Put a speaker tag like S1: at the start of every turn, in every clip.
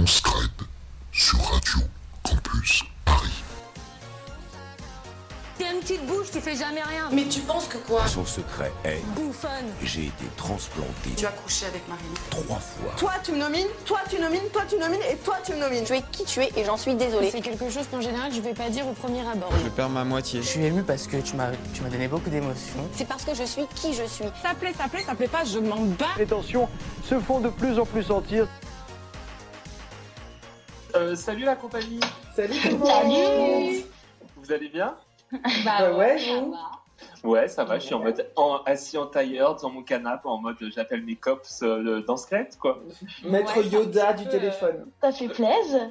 S1: en Skype sur Radio Campus Paris.
S2: T'es une petite bouche, tu fais jamais rien.
S3: Mais tu penses que quoi
S4: Son secret est
S2: Bouffonne.
S4: j'ai été transplanté
S3: Tu as couché avec Marine.
S4: trois fois.
S5: Toi tu me nomines, toi tu nomines, toi tu nomines et toi tu me nomines.
S6: Tu es qui tu es et j'en suis désolée.
S7: C'est quelque chose qu'en général je vais pas dire au premier abord.
S8: Je perds ma moitié.
S9: Je suis émue parce que tu m'as tu m'as donné beaucoup d'émotions.
S6: C'est parce que je suis qui je suis.
S7: Ça plaît, ça plaît, ça plaît pas, je m'en bats.
S10: Les tensions se font de plus en plus sentir.
S11: Euh, salut la compagnie,
S3: Salut tout le monde
S11: vous allez bien
S3: Bah ouais, vous
S11: Ouais, ça va, je suis en mode en- assis en tailleur dans mon canapé, en mode j'appelle mes cops euh, dans Skype, quoi.
S3: Maître
S2: Ouais,
S3: Yoda du
S2: peu,
S3: téléphone.
S12: Ça fait plaisir.
S11: Bah,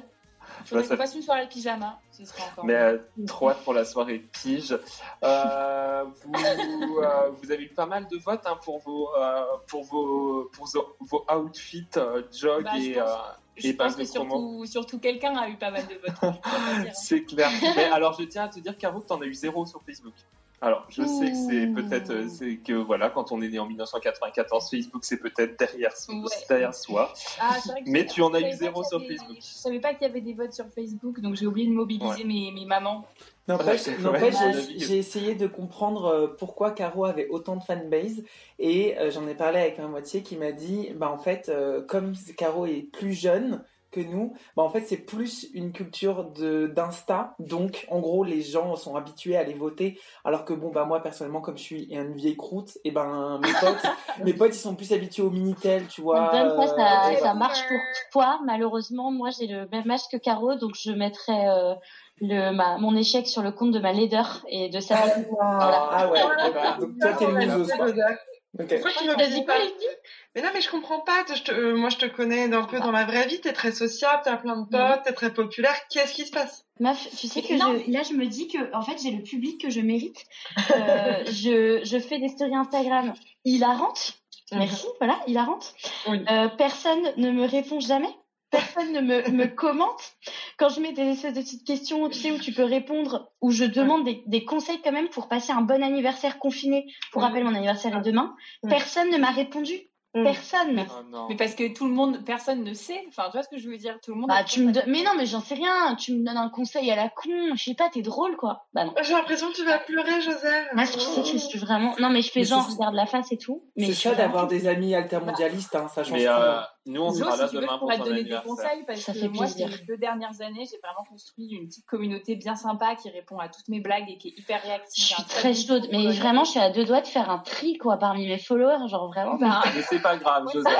S2: Faudrait
S11: ça-
S2: qu'on passe une soirée pyjama, ce sera encore.
S11: Mais euh, trop hâte pour la soirée pige. Euh, vous, euh, vous avez eu pas mal de votes hein, pour vos euh, pour vos pour vos, vos outfits euh, jog
S2: Bah, je
S11: et
S2: pense-
S11: euh,
S2: Je
S11: et
S2: pense
S11: passe
S2: que
S11: de promo.
S2: surtout, surtout quelqu'un a eu pas mal de votes. hein, je peux pas dire.
S11: C'est clair. Mais alors, je tiens à te dire, Caro, que t'en as eu zéro sur Facebook. Alors, je sais que c'est
S7: Ouh.
S11: peut-être, euh, c'est que voilà, quand on est né en 1994, Facebook, c'est peut-être derrière, soi-
S2: Ouais.
S11: derrière soi.
S2: Ah, c'est vrai que
S11: Mais
S2: je-
S11: tu en as
S2: je savais
S11: eu
S2: pas
S11: zéro
S2: qu'il y
S11: sur
S2: avait-
S11: Facebook.
S2: Je savais pas qu'il y avait des votes sur Facebook, donc j'ai oublié de mobiliser mes, mes mamans.
S9: N'empêche,
S11: Ouais,
S9: n'empêche,
S11: ouais.
S9: j'ai- j'ai essayé de comprendre euh, pourquoi Caro avait autant de fanbase et euh, j'en ai parlé avec ma moitié qui m'a dit bah en fait euh, comme Caro est plus jeune que nous, bah en fait c'est plus une culture de d'insta donc en gros les gens sont habitués à aller voter alors que bon bah moi personnellement comme je suis une vieille croûte et ben mes potes mes potes ils sont plus habitués au minitel tu vois.
S12: Même fois, ça,
S9: euh,
S12: ça marche pour toi. Malheureusement, moi, j'ai le même âge que Caro, donc je mettrai euh, le, ma, mon échec sur le compte de ma laideur et de sa.
S9: Ah, ah ouais.
S11: Voilà.
S9: d'accord. Donc toi t'es
S11: Voilà.
S9: une loseuse, quoi. Ok.
S3: Pourquoi tu me
S12: Vas-y,
S3: dis pas
S12: les filles.
S3: Mais non, mais je comprends pas. Je te- euh, moi, je te connais d'un peu dans la vraie vie. T'es très sociable, t'as plein de
S12: Mhm.
S3: potes, t'es très populaire. Qu'est-ce qui se passe
S12: Meuf, tu sais que
S6: Non,
S12: je- là, je me dis que en fait, j'ai le public que je mérite. Euh, je, je fais des stories Instagram hilarantes. Merci, voilà, hilarantes.
S3: Mhm. Oui.
S12: Euh, personne ne me répond jamais. Personne ne me, me commente. Quand je mets des espèces de petites questions, tu sais, où tu peux répondre, où je demande des, des conseils quand même pour passer un bon anniversaire confiné. Pour
S3: Oui.
S12: rappel, mon anniversaire est demain.
S3: Oui.
S12: Personne ne m'a répondu.
S3: Oui.
S12: Personne.
S11: Oh non.
S2: Mais parce que tout le monde, personne ne sait. Enfin, tu vois ce que je veux dire Tout le monde.
S12: Bah, tu me don- Mais non, mais j'en sais rien. Tu me donnes un conseil à la con. Je sais pas, t'es drôle, quoi. Bah non.
S3: J'ai l'impression que tu vas pleurer, Joseph.
S12: Moi, ce qui c'est triste, vraiment. Non, mais je fais
S9: Mais
S12: genre,
S9: c'est-
S12: regarde la face et tout. Mais
S9: C'est
S12: je
S9: ça
S12: suis
S9: d'avoir des amis altermondialistes, hein, ça change
S11: Mais
S9: tout.
S11: euh, nous, on
S2: Jo,
S11: sera là
S2: si tu veux,
S11: demain pour
S2: je pourrais te
S11: ton
S2: donner des
S11: anniversaire.
S2: conseils parce
S12: Ça
S2: que
S12: fait
S2: moi, ces
S12: plaisir.
S2: deux dernières années, j'ai vraiment construit une petite communauté bien sympa qui répond à toutes mes blagues et qui est hyper
S12: Je
S2: réactive.
S12: suis
S2: J'ai un
S12: très
S2: très-
S12: chaude, mais vraiment, je suis à deux doigts de faire un tri, quoi, parmi mes followers, genre vraiment.
S2: Bah,
S11: Mais c'est pas grave,
S2: Ouais,
S11: Joseph.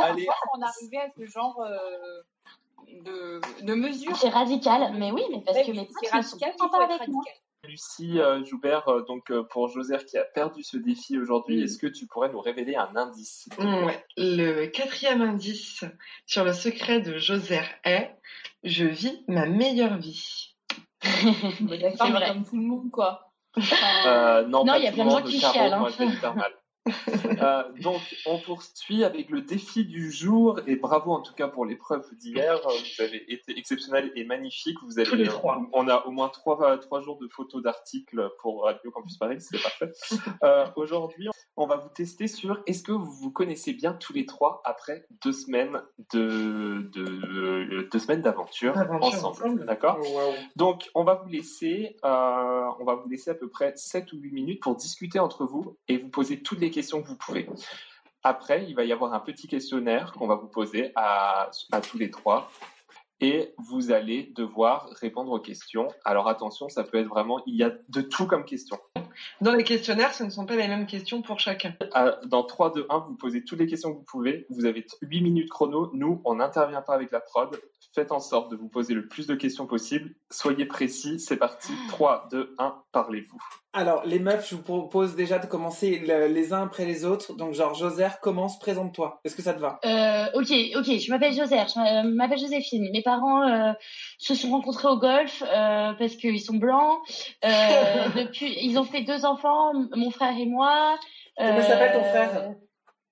S11: Allez,
S2: on arrivait à ce genre euh, de, de mesure.
S12: C'est radical, mais oui, mais parce
S2: Ouais,
S12: que
S2: oui,
S12: mes
S2: c'est
S12: potes ne sont
S2: radical, il faut
S12: pas
S2: être
S12: avec moi.
S2: radical.
S11: Lucie euh, Joubert, euh, donc euh, pour Joseph qui a perdu ce défi aujourd'hui,
S2: Mm.
S11: est-ce que tu pourrais nous révéler un indice
S3: Ouais. Le quatrième indice sur le secret de Joseph est Je vis ma meilleure vie.
S2: Mais d'accord,
S12: C'est
S2: mais
S12: vrai.
S2: comme tout le monde, quoi. Enfin,
S11: Euh, non,
S12: Non,
S11: pas
S12: il y a
S11: tout
S12: plein de
S11: le
S12: gens
S11: monde,
S12: qui
S11: Caro,
S12: chialent, hein.
S11: moi, je vais le faire mal. Euh, donc, on poursuit avec le défi du jour et bravo en tout cas pour l'épreuve d'hier. Euh, Vous avez été exceptionnel et magnifique. Vous avez, euh,
S3: Tous les trois.
S11: On a au moins trois, euh, trois jours de photos d'articles pour Radio Campus Paris, c'est parfait. Euh, Aujourd'hui, on va vous tester sur est-ce que vous vous connaissez bien tous les trois après deux semaines de, de- de- deux semaines d'aventure
S3: Aventure
S11: ensemble,
S3: ensemble.
S9: Ah,
S11: d'accord
S3: Waouh.
S11: donc, on va vous laisser, euh, on va vous laisser à peu près 7 ou 8 minutes pour discuter entre vous et vous poser toutes les questions que vous pouvez. Après, il va y avoir un petit questionnaire qu'on va vous poser à, à tous les trois et vous allez devoir répondre aux questions. Alors attention, ça peut être vraiment, il y a de tout comme question.
S3: Dans les questionnaires, ce ne sont pas les mêmes questions pour chacun.
S11: À- Ah, Dans 3, 2, 1, vous posez toutes les questions que vous pouvez. Vous avez 8 minutes chrono. Nous, on n'intervient pas avec la prod. Faites en sorte de vous poser le plus de questions possible. Soyez précis. C'est parti. 3, 2, 1, parlez-vous.
S9: Alors, les meufs, je vous propose déjà de commencer le- les uns après les autres. Donc, genre, Joser, commence, présente-toi. Est-ce que ça te va
S12: Euh, ok, ok, je m'appelle Joseph, je m'a- m'appelle Joséphine. Mes parents euh, se sont rencontrés au golf euh, parce qu'ils sont blancs. Euh, depuis, ils ont fait deux enfants, m- mon frère et moi. Euh,
S9: Comment il s'appelle ton frère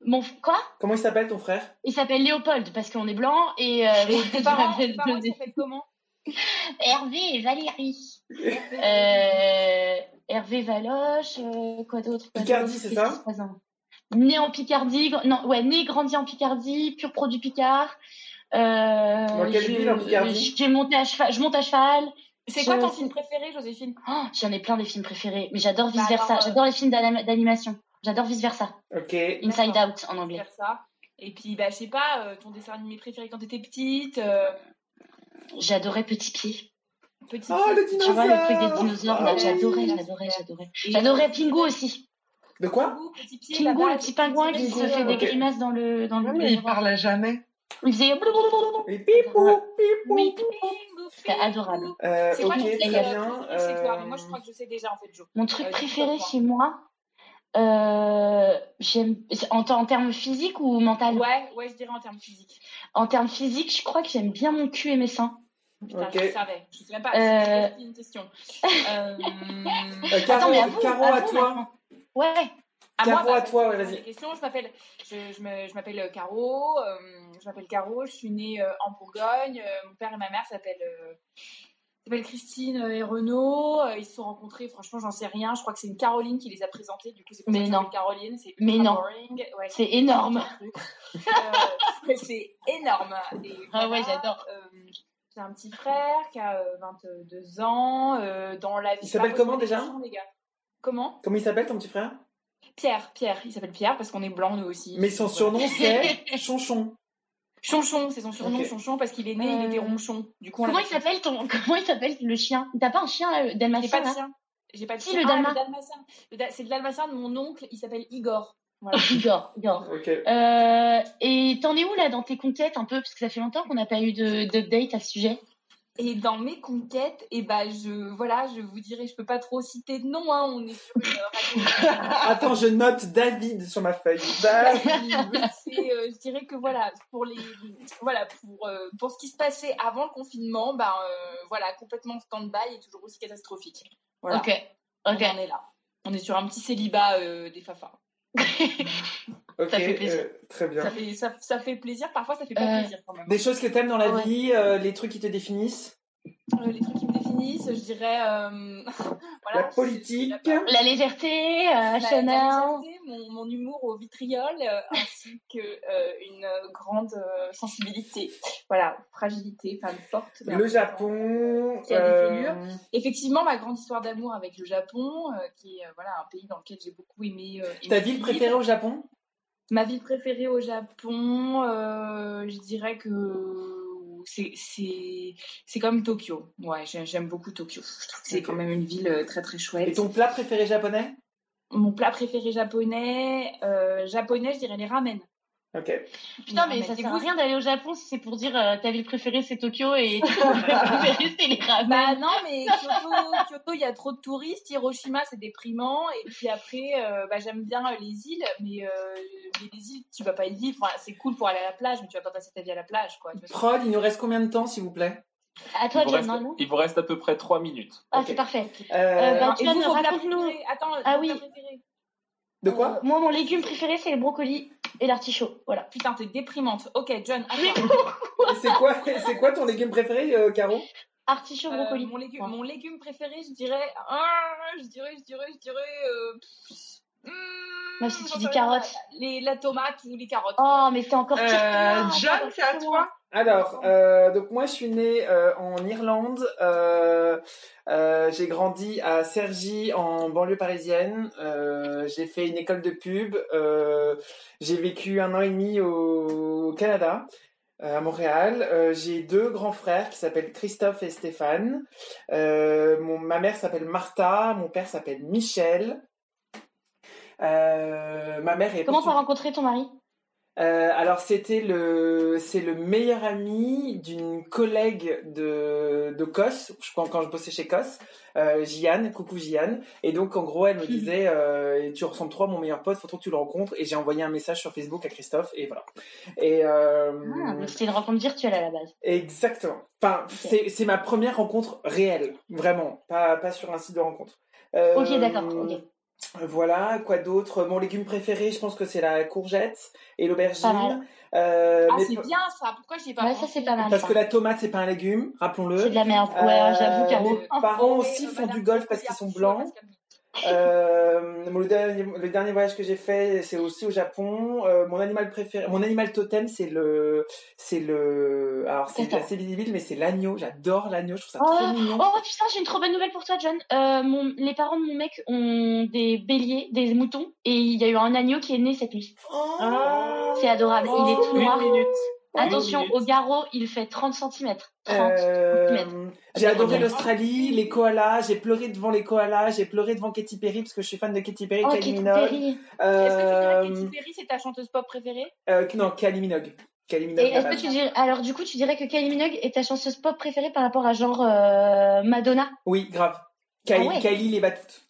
S12: Mon f- quoi
S9: Comment il s'appelle ton frère
S12: Il s'appelle Léopold parce qu'on est blanc et euh,
S2: tes
S12: je
S2: parents,
S12: m'appelle
S2: tes parents,
S12: José-
S2: ils s'appellent comment
S12: Hervé et Valérie. Euh, Hervé Valoche, euh, quoi d'autre quoi
S9: Picardie,
S12: d'autre,
S9: c'est
S12: qu'est-ce
S9: ça
S12: qui se passe en- Né en Picardie, gr- non, ouais, né, grandi en Picardie, pur produit Picard. Dans
S9: quelle ville, en Picardie
S12: J'ai monté à cheval. Je monte à cheval.
S2: C'est quoi
S12: Je-
S2: ton film préféré, Joséphine
S12: Oh, J'en ai plein des films préférés, mais j'adore
S2: Bah,
S12: vice versa.
S2: alors, euh,
S12: J'adore les films d'anim- d'animation. J'adore vice versa.
S9: Ok.
S12: Inside
S2: D'accord.
S12: Out en anglais.
S2: Faire ça. Et puis, bah, je sais pas, euh, ton dessin animé préféré quand t'étais petite euh,
S12: J'adorais Petit Pied.
S2: Petite.
S9: Oh, le
S12: Tu vois
S9: dinosaure
S12: le truc des dinosaures là,
S9: Ah oui.
S12: j'adorais, j'adorais, j'adorais. J'adorais Pingu aussi.
S9: De quoi
S2: petit pied,
S12: Pingu,
S2: là-bas,
S12: le petit pingouin qui
S2: Pingu,
S12: se fait
S2: euh,
S12: des
S9: ok.
S12: grimaces dans le dans le
S3: Oui, Ah mais il
S12: miroir.
S3: parle à jamais.
S12: Il faisait blablabla.
S9: Et pipou, pipou.
S12: Oui.
S2: Pingu,
S12: C'était
S2: Pingu.
S12: adorable.
S9: Euh,
S2: C'est
S9: ok,
S2: quoi ton
S9: très
S2: film
S9: bien.
S2: préféré chez toi Mais Moi, je
S9: euh,
S2: crois que je sais déjà, en fait, Jo.
S12: Mon
S2: Euh,
S12: truc
S2: dis-toi,
S12: préféré
S2: toi.
S12: chez moi, euh, j'aime en, en termes physiques ou mental.
S2: Ouais, ouais, je dirais en termes physiques.
S12: En termes physiques, je crois que j'aime bien mon cul et mes seins.
S2: Putain,
S9: Ok.
S2: je le savais. Je sais même pas.
S12: Euh,
S2: C'était une question. Euh,
S9: euh, Caro,
S12: Attends, mais à vous,
S9: Caro,
S12: à
S9: à
S12: vous,
S9: toi.
S12: maintenant. Ouais.
S9: Caro, à toi, ouais,
S2: je pose
S9: vas-y.
S2: des questions. Je m'appelle, je, je me- je m'appelle Caro. euh, je m'appelle Caro. Je suis née euh, en Bourgogne. euh, mon père et ma mère s'appellent. euh, s'appellent Christine et Renaud, Euh, ils se sont rencontrés, franchement j'en sais rien, je crois que c'est une Caroline qui les a présentés, du coup c'est pour ça
S12: Mais
S2: que
S12: non.
S2: s'appelle Caroline, c'est
S12: Mais
S2: ultra
S12: non.
S2: boring. Ouais,
S12: C'est énorme.
S2: Euh, c'est énorme. Et
S12: Ah ouais,
S2: voilà,
S12: j'adore.
S2: euh, j'ai un petit frère qui a euh, 22 ans. euh, dans la vie.
S9: Il s'appelle
S2: Pas
S9: comment,
S2: posé des
S9: déjà
S2: questions, les gars. Comment
S9: Comment il s'appelle ton petit frère
S2: Pierre, Pierre. Il s'appelle Pierre parce qu'on est blancs nous aussi.
S9: Mais son
S2: Voilà.
S9: surnom c'est Chonchon.
S2: Chonchon, c'est son surnom,
S9: Ok.
S2: Chonchon, parce qu'il est né, il était
S12: Euh,
S2: ronchon. Du coup, on
S12: Comment il
S2: l'appelle
S12: s'appelle ton Comment il s'appelle le chien T'as pas un chien euh,
S2: Chonchon. J'ai pas
S12: dalmatien
S2: de
S12: là
S2: chien. J'ai pas de
S12: Si,
S2: chien.
S12: le
S2: Ah,
S12: Dalma.
S2: dalmatien. Le da- C'est le dalmatien de mon oncle, il s'appelle Igor. Voilà.
S12: Igor, Igor.
S9: Ok.
S12: Euh, et t'en es où là dans tes conquêtes un peu Parce que ça fait longtemps qu'on n'a pas eu de- d'update à ce sujet.
S2: Et dans mes conquêtes, et ben je, voilà, je vous dirai, je peux pas trop citer de nom, hein, on est sur une euh, radio.
S9: Attends, je note David sur ma feuille. Bah, David.
S2: C'est, euh, je dirais que voilà, pour les, voilà, pour, euh, pour ce qui se passait avant le confinement, ben euh, voilà, complètement stand-by et toujours aussi catastrophique. Voilà.
S12: Ok,
S2: On
S12: ok.
S2: en est là. On est sur un petit célibat euh, des fafas.
S9: Ok.
S12: Ça fait plaisir.
S9: euh, très
S2: Ça
S9: bien.
S2: fait, ça, ça fait plaisir, parfois ça fait pas
S12: Euh,
S2: plaisir quand même.
S9: Des choses que t'aimes dans la
S12: Ouais.
S9: vie, euh, les trucs qui te définissent,
S2: Euh, les trucs qui me définissent, je dirais. euh, voilà,
S9: la politique.
S2: je-
S12: La légèreté,
S2: Ma-
S12: euh,
S2: ma
S12: Chanel.
S2: légèreté, mon, mon humour au vitriol euh, ainsi que euh, une euh, grande euh, sensibilité. Voilà, fragilité, femme forte. mais en
S9: Le
S2: même
S9: Japon.
S2: Qui a des
S9: euh,
S2: Effectivement, ma grande histoire d'amour avec le Japon, euh, qui est euh, voilà, un pays dans lequel j'ai beaucoup aimé. euh, aimer
S9: Ta ville
S2: vivre.
S9: préférée au Japon
S2: Ma ville préférée au Japon, euh, je dirais que c'est- c'est c'est comme Tokyo. Ouais, j'ai- j'aime beaucoup Tokyo. Je trouve que c'est
S9: Ok.
S2: quand même une ville euh, très très chouette.
S9: Et ton plat préféré japonais
S2: Mon plat préféré japonais, euh, japonais, je dirais les ramen.
S9: Ok.
S12: Putain,
S2: Les
S12: mais ça
S2: ramen.
S12: sert à rien d'aller au Japon si c'est pour dire euh, ta ville préférée c'est Tokyo et tu préférée c'est les
S2: Bah
S12: ramen.
S2: non, mais Kyoto, Kyoto, il y a trop de touristes. Hiroshima, c'est déprimant. Et puis après, euh, bah, j'aime bien euh, les îles, mais, euh, mais les îles, tu vas pas y vivre. Enfin, c'est cool pour aller à la plage, mais tu vas pas passer ta vie à la plage, quoi. Tu vois.
S9: Prod, il nous reste combien de temps, s'il vous plaît
S12: À
S11: Il
S12: toi,
S11: vous,
S12: John, hein,
S11: reste,
S12: non, non
S11: il vous reste à peu près 3 minutes.
S12: Ah,
S9: ok.
S12: c'est parfait.
S9: Euh,
S12: Euh, bah,
S2: Et
S12: John,
S2: vous, vos plats
S12: raconte-nous.
S2: préférés Attends,
S12: Ah
S2: vos
S12: oui.
S2: plats préférés.
S9: De quoi
S12: Euh, Moi, mon légume préféré c'est le brocoli et l'artichaut. Voilà.
S2: Putain, t'es déprimante. Ok, John, à toi.
S9: C'est quoi C'est quoi ton légume préféré, euh, Caro
S12: Artichaut,
S2: Euh,
S12: brocoli.
S2: mon, légume,
S12: Ouais.
S2: mon légume préféré, je dirais. Ah, je dirais, je dirais, je dirais. euh, hmm,
S12: Moi, si tu
S2: j'en
S12: dis
S2: sais rien.
S12: carotte.
S2: Les, la tomate ou les carottes. Ah,
S12: Oh, mais c'est encore pire. que
S3: Euh,
S12: moi,
S3: John,
S12: attends,
S3: c'est à
S12: parce que
S3: toi.
S9: Alors, euh, donc moi je suis née euh, en Irlande, euh, euh, j'ai grandi à Cergy en banlieue parisienne, euh, j'ai fait une école de pub, euh, j'ai vécu un an et demi au Canada, euh, à Montréal, Euh, j'ai deux grands frères qui s'appellent Christophe et Stéphane, Euh, mon, ma mère s'appelle Martha, mon père s'appelle Michel, Euh, ma mère est
S12: Comment
S9: portu-
S12: t'as rencontré ton mari
S9: euh, alors c'était le c'est le meilleur ami d'une collègue de de Cos je quand quand je bossais chez Cos euh, Jeanne coucou Jeanne et donc en gros elle me disait euh, tu ressembles trop à mon meilleur pote faut trop que tu le rencontres et j'ai envoyé un message sur Facebook à Christophe et voilà et euh,
S12: Ah, donc C'était une rencontre virtuelle à la base.
S9: Exactement. Enfin, c'est- c'est ma première rencontre réelle, vraiment, pas, pas sur un site de rencontre. Euh,
S12: Ok, d'accord, ok.
S9: Voilà, quoi d'autre Mon légume préféré, je pense que c'est la courgette
S12: Pas mal.
S9: et l'aubergine. Euh,
S2: Ah,
S9: mais
S2: c'est
S9: p-
S2: bien ça. Pourquoi j'y ai pas
S12: Ouais,
S2: pensé
S12: ça c'est pas mal.
S9: Parce
S12: ça.
S9: que la tomate, c'est pas un légume, rappelons-le.
S12: C'est de la merde. Ouais,
S9: Euh,
S12: j'avoue Oh,
S9: Mes
S12: Caro.
S9: parents
S2: Ouais,
S9: aussi
S2: euh,
S9: font
S2: Madame
S9: du golf parce qu'ils sont
S2: Cotillard,
S9: blancs.
S2: Pascal.
S9: Euh, le, dernier, le dernier voyage que j'ai fait, c'est aussi au Japon. Euh, mon animal préféré, mon animal totem, c'est le, c'est le, alors c'est
S12: Attends.
S9: assez visible, mais c'est l'agneau. J'adore l'agneau, je trouve ça
S12: Oh,
S9: trop mignon.
S12: oh, putain, j'ai une trop bonne nouvelle pour toi, John. Euh, mon- les parents de mon mec ont des béliers, des moutons, et il y a eu un agneau qui est né cette nuit. C'est adorable, il est tout
S3: Une
S12: noir.
S3: minute.
S12: Attention,
S3: Une
S12: au garrot, il fait 30 cm. 30.
S9: Oh, Euh, j'ai
S12: Attends,
S9: adoré
S12: attends.
S9: l'Australie, les koalas, j'ai pleuré devant les koalas, j'ai pleuré devant Katy Perry parce que je suis fan de Katy Perry,
S12: Oh,
S9: Kylie
S12: Katy
S9: Minogue.
S12: Perry.
S9: Euh,
S2: Est-ce que tu dirais que Katy Perry, c'est ta chanteuse pop préférée
S9: euh, non, Kylie Minogue. Kylie Minogue,
S12: Et
S9: la
S12: est-ce que
S9: base.
S12: tu dirais... Alors, du coup, tu dirais que Kylie Minogue est ta chanteuse pop préférée par rapport à genre euh, Madonna
S9: Oui, grave. Kylie,
S12: Ah ouais.
S9: Kylie les bat toutes.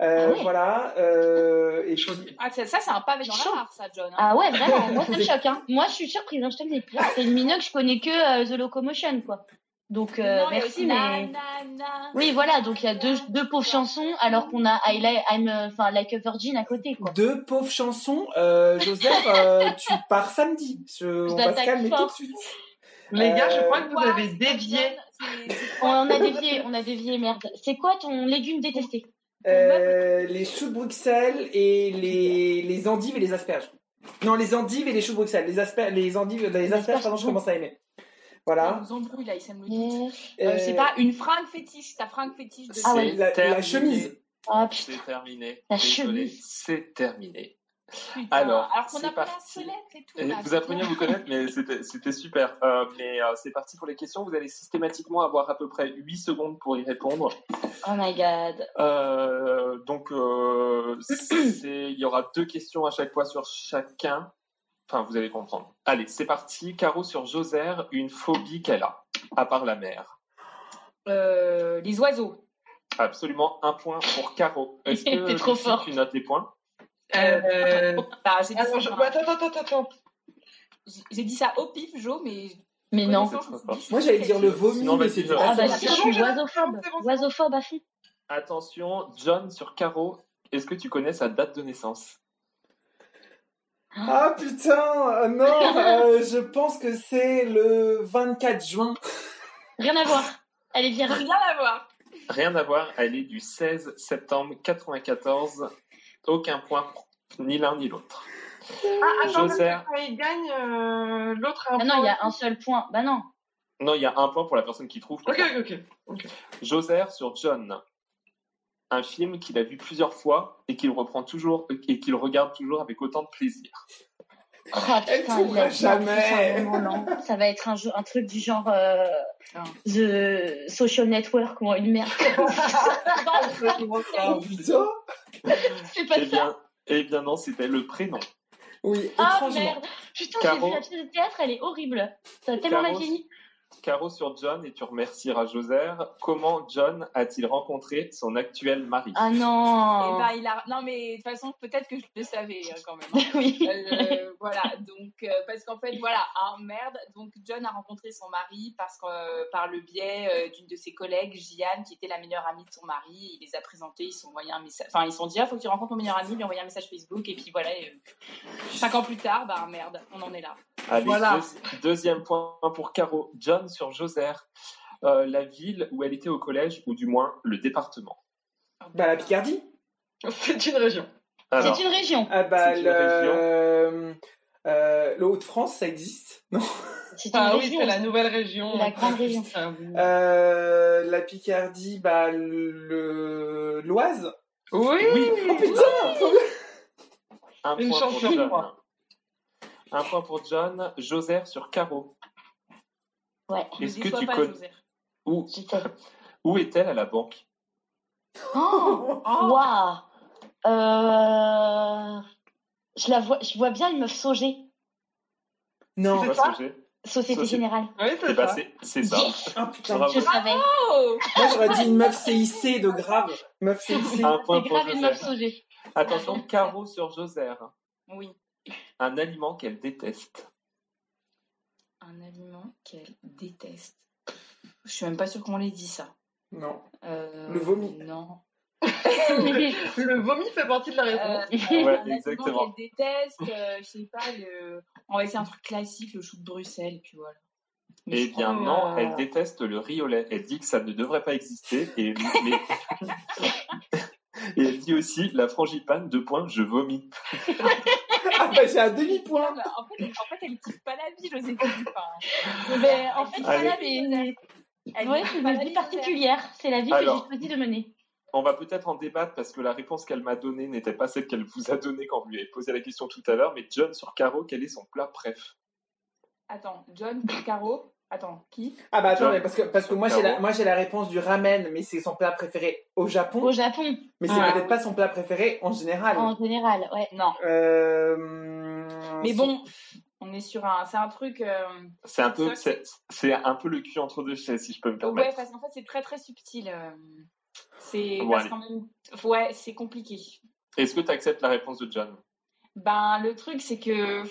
S9: Euh,
S12: Ah ouais.
S9: Voilà. Euh, et puis-
S2: Ah, ça, ça, c'est un pavé dans la mare, ça, John. hein.
S12: Ah ouais, vraiment, moi ça me choque. Hein. Moi je suis surprise, hein, je te le dis. Kylie Minogue, je connais que euh, The Locomotion, quoi. Donc, euh,
S2: Non, il y a
S12: merci,
S2: aussi
S12: mais.
S2: na, na, na.
S12: Oui, voilà, donc il y a deux, deux pauvres chansons, alors qu'on a I Li- I'm, euh, enfin, Like a Virgin à côté, quoi.
S9: Deux pauvres chansons. Euh, Joseph, euh, tu pars samedi. Je- on va se
S12: t'attaque
S9: calmer
S12: fort.
S9: tout de suite.
S3: Les gars, je
S9: Euh,
S3: crois que vous
S2: Waouh,
S3: avez
S2: c'est
S3: dévié.
S2: John, c'est- c'est
S12: On
S2: quoi
S12: a dévié, on a dévié, merde. C'est quoi ton légume détesté
S9: Euh, les choux de Bruxelles et les, les endives et les asperges. Non, les endives et les choux de Bruxelles. Les, asper- les endives, euh, les asperges, pardon, je commence à aimer.
S2: Il
S9: Voilà.
S2: nous embrouille là, il s'aime le tout.
S12: Euh,
S2: Euh, c'est
S9: Euh,
S2: pas une fringue fétiche, ta fringue fétiche de
S12: Ah ouais.
S11: C'est
S9: La- la
S11: terminé.
S9: chemise.
S12: Ah putain.
S11: C'est terminé.
S12: La
S11: Désolé,
S12: chemise.
S11: c'est terminé.
S2: Putain,
S11: Alors,
S2: hein, alors qu'on
S11: c'est
S2: a pas la
S11: parti.
S2: solette et tout.
S11: Et
S12: Ah,
S2: là,
S11: vous apprenez à vous connaître, mais c'était c'était super. Euh, mais euh, c'est parti pour les questions. Vous allez systématiquement avoir à peu près 8 secondes pour y répondre.
S12: Oh my god.
S11: Euh, donc, euh, c'est- il y aura deux questions à chaque fois sur chacun. Enfin, vous allez comprendre. Allez, c'est parti. Caro sur Joser, une phobie qu'elle a, à part la mer.
S2: Euh, les oiseaux.
S11: Absolument un point pour Caro. Est-ce que
S12: T'es trop
S11: Lucie,
S12: fort.
S11: tu notes les points
S3: Euh,
S2: Bah, j'ai dit,
S3: attends, je-
S2: ça, hein.
S3: attends, attends, attends, attends.
S2: J'ai- j'ai dit ça au pif, Jo, mais.
S12: Mais non.
S2: connaissant, je me suis dit, je suis
S9: Moi, j'allais dire le vomi,
S11: Sinon,
S9: mais
S11: vas-y,
S9: c'était
S11: je-
S9: pas
S12: Ah bah
S9: ça.
S12: si, je suis oisophobe.
S3: C'est bon, c'est bon.
S12: Oisophobe à fond.
S11: Attention, John sur Caro, est-ce que tu connais sa date de naissance
S9: Ah putain, euh, non, euh, je pense que c'est le 24 juin.
S12: Rien à voir. Allez, viens.
S2: Rien à voir. Eh
S11: Rien à voir, elle est du 16 septembre 94. Aucun point pour ni l'un ni l'autre.
S3: Ah, attends, parce
S11: Joseph.
S3: que quand il gagne, euh, l'autre a un
S12: Ah non, il y a un seul point. Bah non.
S11: Non, il y a un point pour la personne qui trouve.
S3: Ok, ok, ok.
S11: Joser sur John. Un film qu'il a vu plusieurs fois et qu'il reprend toujours et qu'il regarde toujours avec autant de plaisir.
S12: Oh, putain,
S9: Elle
S12: il
S9: trouvera
S12: a
S9: jamais.
S12: jamais. Ça va être un, jeu, un truc du genre euh,
S2: Ah.
S12: The Social Network ou une merde.
S9: Ah putain,
S12: C'est pas
S11: eh
S12: ça.
S11: bien, eh bien non, c'était le prénom.
S9: oui,
S12: Ah
S9: étrangement.
S12: merde. Putain, j'ai
S11: Caro.
S12: vu la pièce de théâtre, elle est horrible. Ça a tellement mal
S11: Caro.
S12: vieilli.
S11: Caro sur John et tu remercieras Joser. Comment John a-t-il rencontré son actuel mari
S12: Ah
S2: Eh
S12: non.
S2: ben, il a... Non, mais de toute façon, peut-être que je le savais hein, quand même. hein.
S12: oui.
S2: Euh, voilà, donc, euh, parce qu'en fait, voilà, hein, merde. Donc, John a rencontré son mari parce que, euh, par le biais euh, d'une de ses collègues, Jeanne, qui était la meilleure amie de son mari. Il les a présentés, ils sont envoyé un message. Enfin, ils se sont dit, ah, faut que tu rencontres mon meilleur ami, lui envoyer un message Facebook. Et puis voilà, et, euh, cinq ans plus tard, bah merde, on en est là.
S11: Allez,
S3: Voilà.
S11: deux- deuxième point pour Caro. John sur Joser. Euh, la ville où elle était au collège, ou du moins le département.
S9: Bah la Picardie.
S3: C'est une région.
S11: Alors,
S12: C'est une région.
S9: Ah bah
S11: C'est une
S9: le, euh, euh, le Haut-de-France, ça existe Non.
S12: C'est une
S3: Ah oui,
S12: région.
S3: c'est la nouvelle région. Euh,
S12: La grande région.
S3: Putain, oui.
S9: Euh, la Picardie, bah le l'Oise.
S3: Oui,
S9: Oh putain, trop bien.
S11: un
S3: Une
S11: point
S3: chance
S11: pour
S3: sur
S11: John.
S3: trois.
S11: Un point pour John. Joser sur Caro.
S12: Ouais.
S2: Ne
S11: Est-ce que
S2: déçois
S11: tu
S2: pas,
S11: connais
S2: Joseph.
S11: où,
S12: J'étais.
S11: où est-elle à la banque
S12: Oh Waouh Euh, Je la vois, je vois bien une meuf saugée,
S9: Non.
S11: C'est
S3: C'est
S11: ça
S3: ça
S12: Société
S11: Saugée.
S12: Générale.
S3: oui
S11: Eh
S3: c'est
S11: ben,
S3: ça.
S11: c'est- c'est ça.
S9: Ah putain.
S11: Bravo.
S12: Je savais.
S2: Oh
S9: Moi j'aurais dit une meuf CIC de grave. Meuf CIC.
S11: Un point
S12: C'est
S11: pour
S12: grave une meuf
S11: Joser.
S12: saugée.
S11: Attention, Caro sur Joser.
S2: Oui.
S11: Un aliment qu'elle déteste.
S2: Un aliment qu'elle déteste. Je suis même pas sûre qu'on l'ait dit ça.
S9: Non.
S2: Euh,
S9: Le vomi.
S2: Non.
S3: Le vomi fait partie de
S2: Euh,
S3: la
S12: Euh,
S3: réponse.
S11: Ouais,
S2: un aliment
S11: exactement.
S2: qu'elle déteste, euh, je sais pas, le... on va essayer un truc classique, le chou de Bruxelles, puis voilà.
S11: Eh
S2: Mais
S12: Oh.
S2: je
S11: bien
S2: crois-
S11: non,
S2: euh,
S11: elle déteste le riz au lait. Elle dit que ça ne devrait pas exister. Et mais, Et elle dit aussi la frangipane, deux points, je vomis.
S9: Ah bah j'ai un demi-point.
S2: En fait, en fait, elle kiffe pas la vie, Joséphine. Enfin, mais en fait,
S11: Allez.
S2: voilà, mais... Elle
S12: Ouais,
S2: kiffe
S12: c'est
S2: pas
S12: une vie particulière. C'est la vie
S11: Alors.
S12: que j'ai choisi de mener.
S11: On va peut-être en débattre parce que la réponse qu'elle m'a donnée n'était pas celle qu'elle vous a donnée quand vous lui avez posé la question tout à l'heure. Mais John sur Caro, quel est son plat préf
S2: Attends, John, Caro, attends, qui
S9: Ah bah attends,
S11: Genre-
S9: mais parce que, parce que moi, j'ai la,
S11: Caro.
S9: moi j'ai la réponse du ramen, mais c'est son plat préféré au Japon.
S12: Au Japon,
S9: mais c'est
S3: Ah.
S9: peut-être pas son plat préféré en général.
S12: en général, ouais.
S2: Non.
S9: Euh,
S2: Mais bon, on est sur un... C'est un truc... euh,
S11: C'est un peu, c'est c'est un peu le cul entre deux chaises, si je peux me
S2: Ouais,
S11: permettre.
S2: parce qu'en fait, c'est très, très subtil. euh, C'est
S11: Bon,
S2: parce
S11: allez.
S2: qu'en même... Ouais, c'est compliqué.
S11: Est-ce que tu acceptes la réponse de John
S2: Ben, le truc, c'est que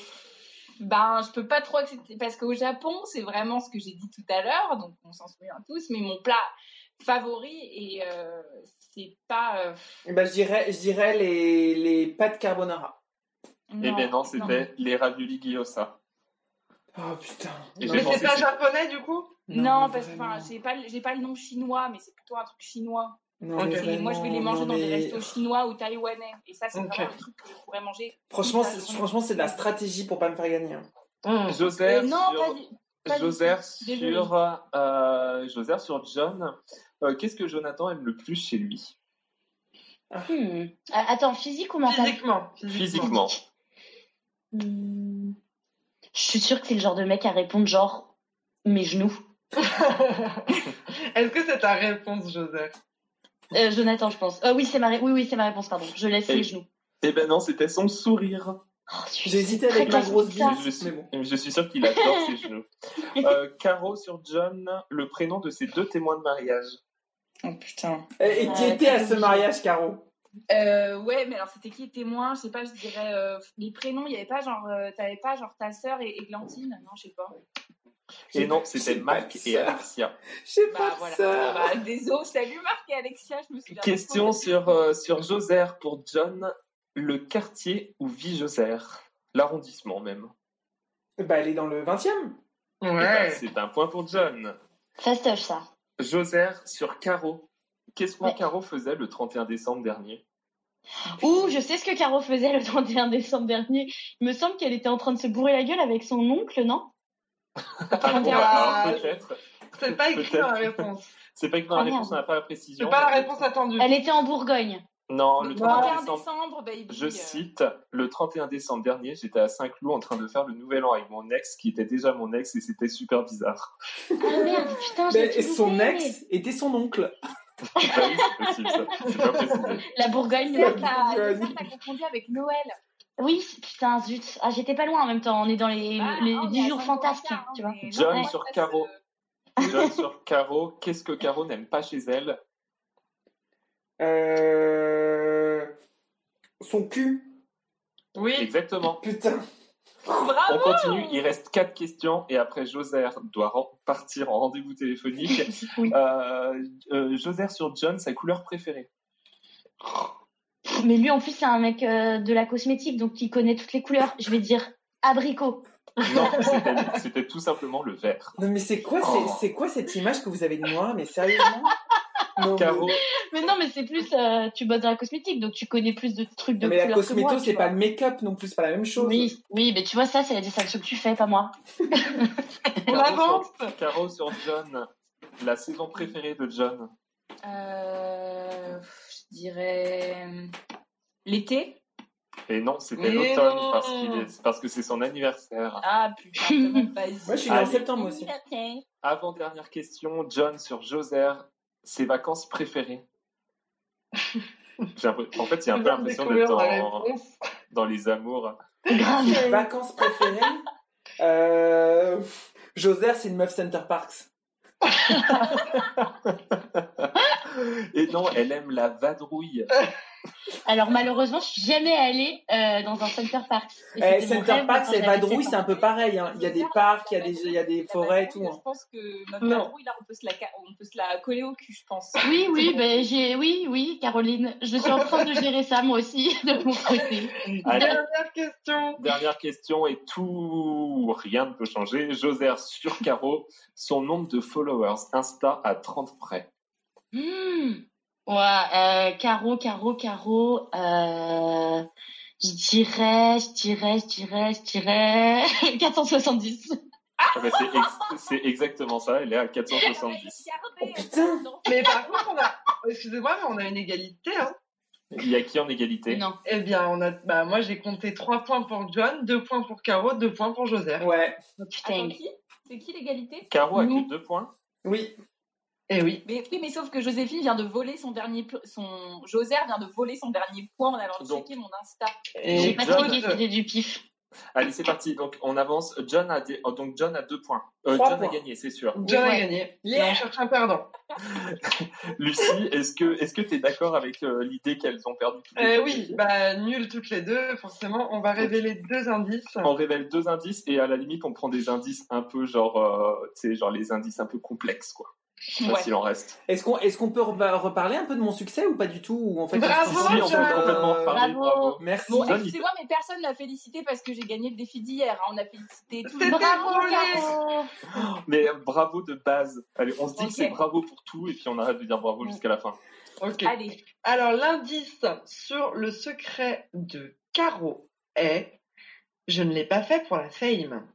S2: ben, je peux pas trop accepter parce qu'au Japon, c'est vraiment ce que j'ai dit tout à l'heure, donc on s'en souvient tous, mais mon plat favori et euh, c'est pas. euh,
S9: bah, je dirais, je dirais les, les pâtes carbonara.
S11: Eh bien non,
S2: non.
S11: c'était les raviolis gyoza.
S9: Oh putain.
S11: Et
S9: Non,
S11: j'ai
S3: Mais
S11: pensé
S3: c'est pas
S11: que-
S3: japonais du coup
S2: Non,
S9: mais
S2: parce que
S9: vraiment.
S2: enfin, j'ai pas, le- j'ai pas le nom chinois, mais c'est plutôt un truc chinois.
S9: Non, mais
S3: Ok.
S2: Et moi, je vais les
S9: vraiment,
S2: manger dans
S9: non,
S2: des
S9: mais-
S2: restos chinois ou taïwanais. Et ça, c'est
S3: Ok.
S2: vraiment un truc que je pourrais manger.
S9: Franchement,
S2: toute la
S9: c'est,
S2: journée.
S9: franchement, c'est de la stratégie pour pas me faire gagner. hein.
S3: Mmh.
S11: Joseph,
S2: Euh, non,
S11: sur-
S2: pas du- pas du
S11: Joseph
S2: tout. Désolée.
S11: sur, euh, Joseph sur John. Euh, Qu'est-ce que Jonathan aime le plus chez lui
S12: Hmm. Euh, Attends, physique ou mental
S3: Physiquement.
S11: Physiquement.
S12: Hmm. Je suis sûre que c'est le genre de mec à répondre genre mes genoux.
S3: Est-ce que c'est ta réponse, Joseph
S12: Euh, Jonathan, je pense. Euh, oui, c'est ma, ré- oui, oui, c'est ma réponse, pardon. Je laisse
S11: Et-
S12: les genoux.
S11: Eh ben non, c'était son sourire.
S12: Oh, tu-
S9: J'hésitais
S12: c'est très
S9: avec ma
S12: classique,
S9: grosse
S12: ça.
S9: bite.
S11: Je suis,
S9: Mais bon.
S11: je suis sûr qu'il adore ses genoux. Euh, Caro sur John, le prénom de ses deux témoins de mariage.
S2: Oh putain.
S9: Et, et tu
S12: Ouais,
S9: étais à
S12: c'est
S9: ce
S12: obligé.
S9: mariage, Caro
S2: Euh, ouais, mais alors c'était qui les témoins Je sais pas, je dirais euh, les prénoms. Il y avait pas genre, euh, t'avais pas genre ta sœur et, et Glantine Non, je sais pas.
S11: Et non,
S9: J'ai
S11: c'était
S9: pas
S11: Mac
S9: de
S11: et
S9: sœur.
S11: Alexia.
S9: J'ai
S2: Bah
S9: pas de
S2: voilà.
S9: sœur.
S2: Bah, désolé, salut Marc et Alexia, je me souviens.
S11: Question
S2: pas.
S11: sur, euh, sur Joseph pour John, le quartier où vit Joseph L'arrondissement même.
S9: Bah, elle est dans le 20 e
S11: Eh ben,
S3: Ouais.
S11: C'est un point pour John.
S12: Ça se touche, ça.
S11: Joseph sur Caro. Qu'est-ce que
S12: Ouais.
S11: Caro faisait le 31 décembre dernier
S12: Ouh, je sais ce que Caro faisait le 31 décembre dernier. Il me semble qu'elle était en train de se bourrer la gueule avec son oncle, non
S11: Ah bon,
S3: Ah.
S11: alors peut-être.
S3: C'est pas écrit dans la réponse.
S11: C'est pas que dans la
S12: Ah, merde.
S11: réponse, on n'a pas la précision.
S3: C'est pas la réponse attendue.
S12: Elle était en Bourgogne.
S11: Non, le
S2: Le
S11: 31
S2: 31
S11: décembre.
S2: décembre, baby.
S11: Je cite, le 31 décembre dernier, j'étais à Saint-Cloud en train de faire le nouvel an avec mon ex qui était déjà mon ex et c'était super bizarre.
S12: Ah merde, putain,
S9: Bah,
S12: j'ai
S9: et
S12: tout
S9: son
S12: loupé.
S9: ex était son oncle.
S11: Bah oui, c'est possible ça. C'est pas précisé.
S12: La Bourgogne,
S2: T'as
S12: ouais.
S9: Bourgogne.
S2: Euh, t'as confondu avec Noël.
S12: Oui, c'est- putain, zut. Ah, j'étais pas loin en même temps. On est dans les,
S2: Ah,
S12: les
S2: ah, on est
S12: 10
S2: à
S12: jours
S2: Saint-Valentin,
S12: fantasques,
S2: hein,
S12: tu vois.
S2: mais
S11: John
S2: non,
S11: sur
S2: ça,
S11: Caro.
S2: c'est, euh,
S11: John sur Caro, qu'est-ce que Caro n'aime pas chez elle
S9: Euh... Son cul.
S3: Oui.
S11: Exactement.
S9: Putain.
S11: On
S2: Bravo
S11: continue, il reste quatre questions et après Joser doit ren- partir en rendez-vous téléphonique.
S12: Oui.
S11: Euh, euh, Joser sur John, sa couleur préférée.
S12: Mais lui, en plus, c'est un mec euh, de la cosmétique, donc il connaît toutes les couleurs. Je vais dire abricot.
S11: Non, c'était- c'était tout simplement le vert.
S9: Non, mais c'est quoi,
S11: Oh.
S9: c'est, c'est quoi cette image que vous avez de moi Mais sérieusement non, mais-
S11: Caro,
S12: Mais non, mais c'est plus, euh, tu bosses dans la cosmétique, donc tu connais plus de trucs de
S9: mais
S12: couleurs
S9: la
S12: que moi.
S9: cosméto,
S12: tu
S9: c'est
S12: vois.
S9: pas le make-up non plus, c'est pas la même chose.
S12: Oui, oui, mais tu vois, ça, c'est la distinction que tu fais, pas moi.
S3: On
S11: Caro
S3: avance.
S11: sur- Caro sur John, la saison préférée de John.
S2: Euh, Je dirais. euh, L'été
S11: Et non, c'était
S3: Mais
S11: l'automne
S3: non.
S11: parce, qu'il est- parce que c'est son anniversaire.
S2: Ah putain, comment vas-y.
S9: Moi, je suis née en
S11: Allez.
S9: septembre aussi.
S11: Avant-dernière question, John sur Joser, ses vacances préférées. J'ai un peu- en fait, j'ai un
S3: Je
S11: peu
S3: viens de
S11: l'impression
S3: découvrir
S11: d'être
S3: la
S11: dans,
S3: réponse.
S11: dans les amours.
S12: Grave.
S9: Mes vacances préférées euh... Joser, c'est une meuf Center Parks.
S11: Et non, elle aime la vadrouille.
S3: Euh.
S12: Alors, malheureusement, je suis jamais allée euh, dans un Center Park. Et
S9: Eh,
S12: c'était mon
S9: Center
S12: rêve
S9: Parks
S12: quand
S9: et
S12: j'avais
S9: Vadrouille,
S12: sept
S9: c'est un peu pareil. hein. Il y a des parcs, il
S2: Bah,
S9: y a des, il y a des forêts et tout.
S2: Je
S9: hein.
S2: pense que notre
S3: Non.
S2: vadrouille, là, on peut, se la... ca- on peut se la coller au cul, je pense.
S12: ans. Oui, oui, ben, j'ai, oui, oui, Caroline. Je suis en train de gérer ça, moi aussi, de mon côté.
S11: Allez,
S3: Dernière question.
S11: dernière question et tout, rien ne peut changer. Joser sur Caro, son nombre de followers Insta à 30 près.
S12: Hmm. Ouais, euh, Caro, Caro, Caro. Euh, je dirais, je dirais, je dirais, je dirais 470.
S11: Ah bah, c'est ex- c'est exactement ça, elle est à 470.
S3: Oh putain Mais par contre, on a... Excusez-moi, mais on a une égalité, hein
S11: Il y a qui en égalité
S3: Eh bien, on a... bah, moi, j'ai compté 3 points pour John, 2 points pour Caro, 2 points pour Joseph.
S9: Ouais.
S12: oh,
S2: Attends, qui C'est qui l'égalité
S11: Caro a que 2 points.
S9: Oui.
S3: Eh oui.
S2: Mais oui, mais sauf que Joséphine vient de voler son dernier pl- son Joser vient de voler son dernier point en allant
S11: Donc.
S2: checker mon Insta.
S11: Et
S12: J'ai pas
S11: John-
S12: checké,
S3: euh,
S12: c'était du pif.
S11: Allez, c'est parti. Donc, on avance. John a, des- donc John a deux points. Euh,
S9: Trois
S11: John
S9: points.
S11: a gagné, c'est sûr.
S3: John a
S12: Ouais.
S3: gagné.
S9: Yeah.
S3: Mais on cherche un perdant.
S11: Lucie, est-ce que est-ce que t'es d'accord avec euh, l'idée qu'elles ont perdu toutes les
S3: Eh
S11: deux
S3: oui, bah, nul toutes les deux. Forcément, on va révéler deux indices.
S11: On révèle deux indices et à la limite on prend des indices un peu genre euh, tu sais genre les indices un peu complexes quoi. Je sais pas
S2: Ouais.
S11: s'il en reste.
S9: Est-ce qu'on est qu'on peut re- reparler un peu de mon succès ou pas du tout ou en fait,
S3: Bravo,
S9: on se dit,
S11: on
S9: on
S11: peut
S9: va-
S11: complètement reparler.
S12: Bravo.
S11: Bravo.
S9: Merci.
S2: Bon,
S11: John, il-
S2: excusez-moi, mais personne l'a félicité parce que j'ai gagné le défi d'hier. hein. On a félicité tout
S3: C'était
S2: le monde.
S3: volé.
S2: Caro.
S11: Mais euh, bravo de base. Allez, on se dit
S2: Ok.
S11: que c'est bravo pour tout et puis on arrête de dire bravo jusqu'à la fin.
S3: Ok.
S2: Allez,
S3: Alors, l'indice sur le secret de Caro est Je ne l'ai pas fait pour la fame.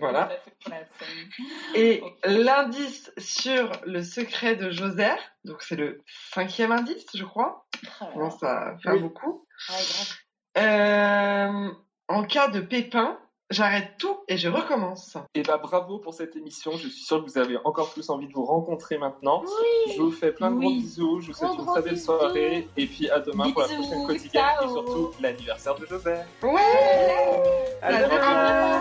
S3: voilà.
S2: on l'a fait pour la semaine.
S3: Et l'indice sur le secret de Joser, donc c'est le cinquième indice, je crois.
S2: Oh là là.
S3: Bon, ça fait
S9: Oui.
S3: beaucoup.
S2: Ouais, grave.
S3: Euh, en cas de pépin, j'arrête tout et je recommence.
S11: Et bah bravo pour cette émission. Je suis sûr que vous avez encore plus envie de vous rencontrer maintenant. Je vous fais plein de gros
S2: Oui.
S11: bisous. Je vous souhaite
S12: Gros,
S11: une
S12: gros
S11: très belle
S12: bisous.
S11: soirée. Et puis à demain pour la
S2: Bisous,
S11: prochaine quotidienne et
S2: ciao.
S11: surtout l'anniversaire de Joseph.
S3: Ouais!
S9: À demain.
S3: À demain.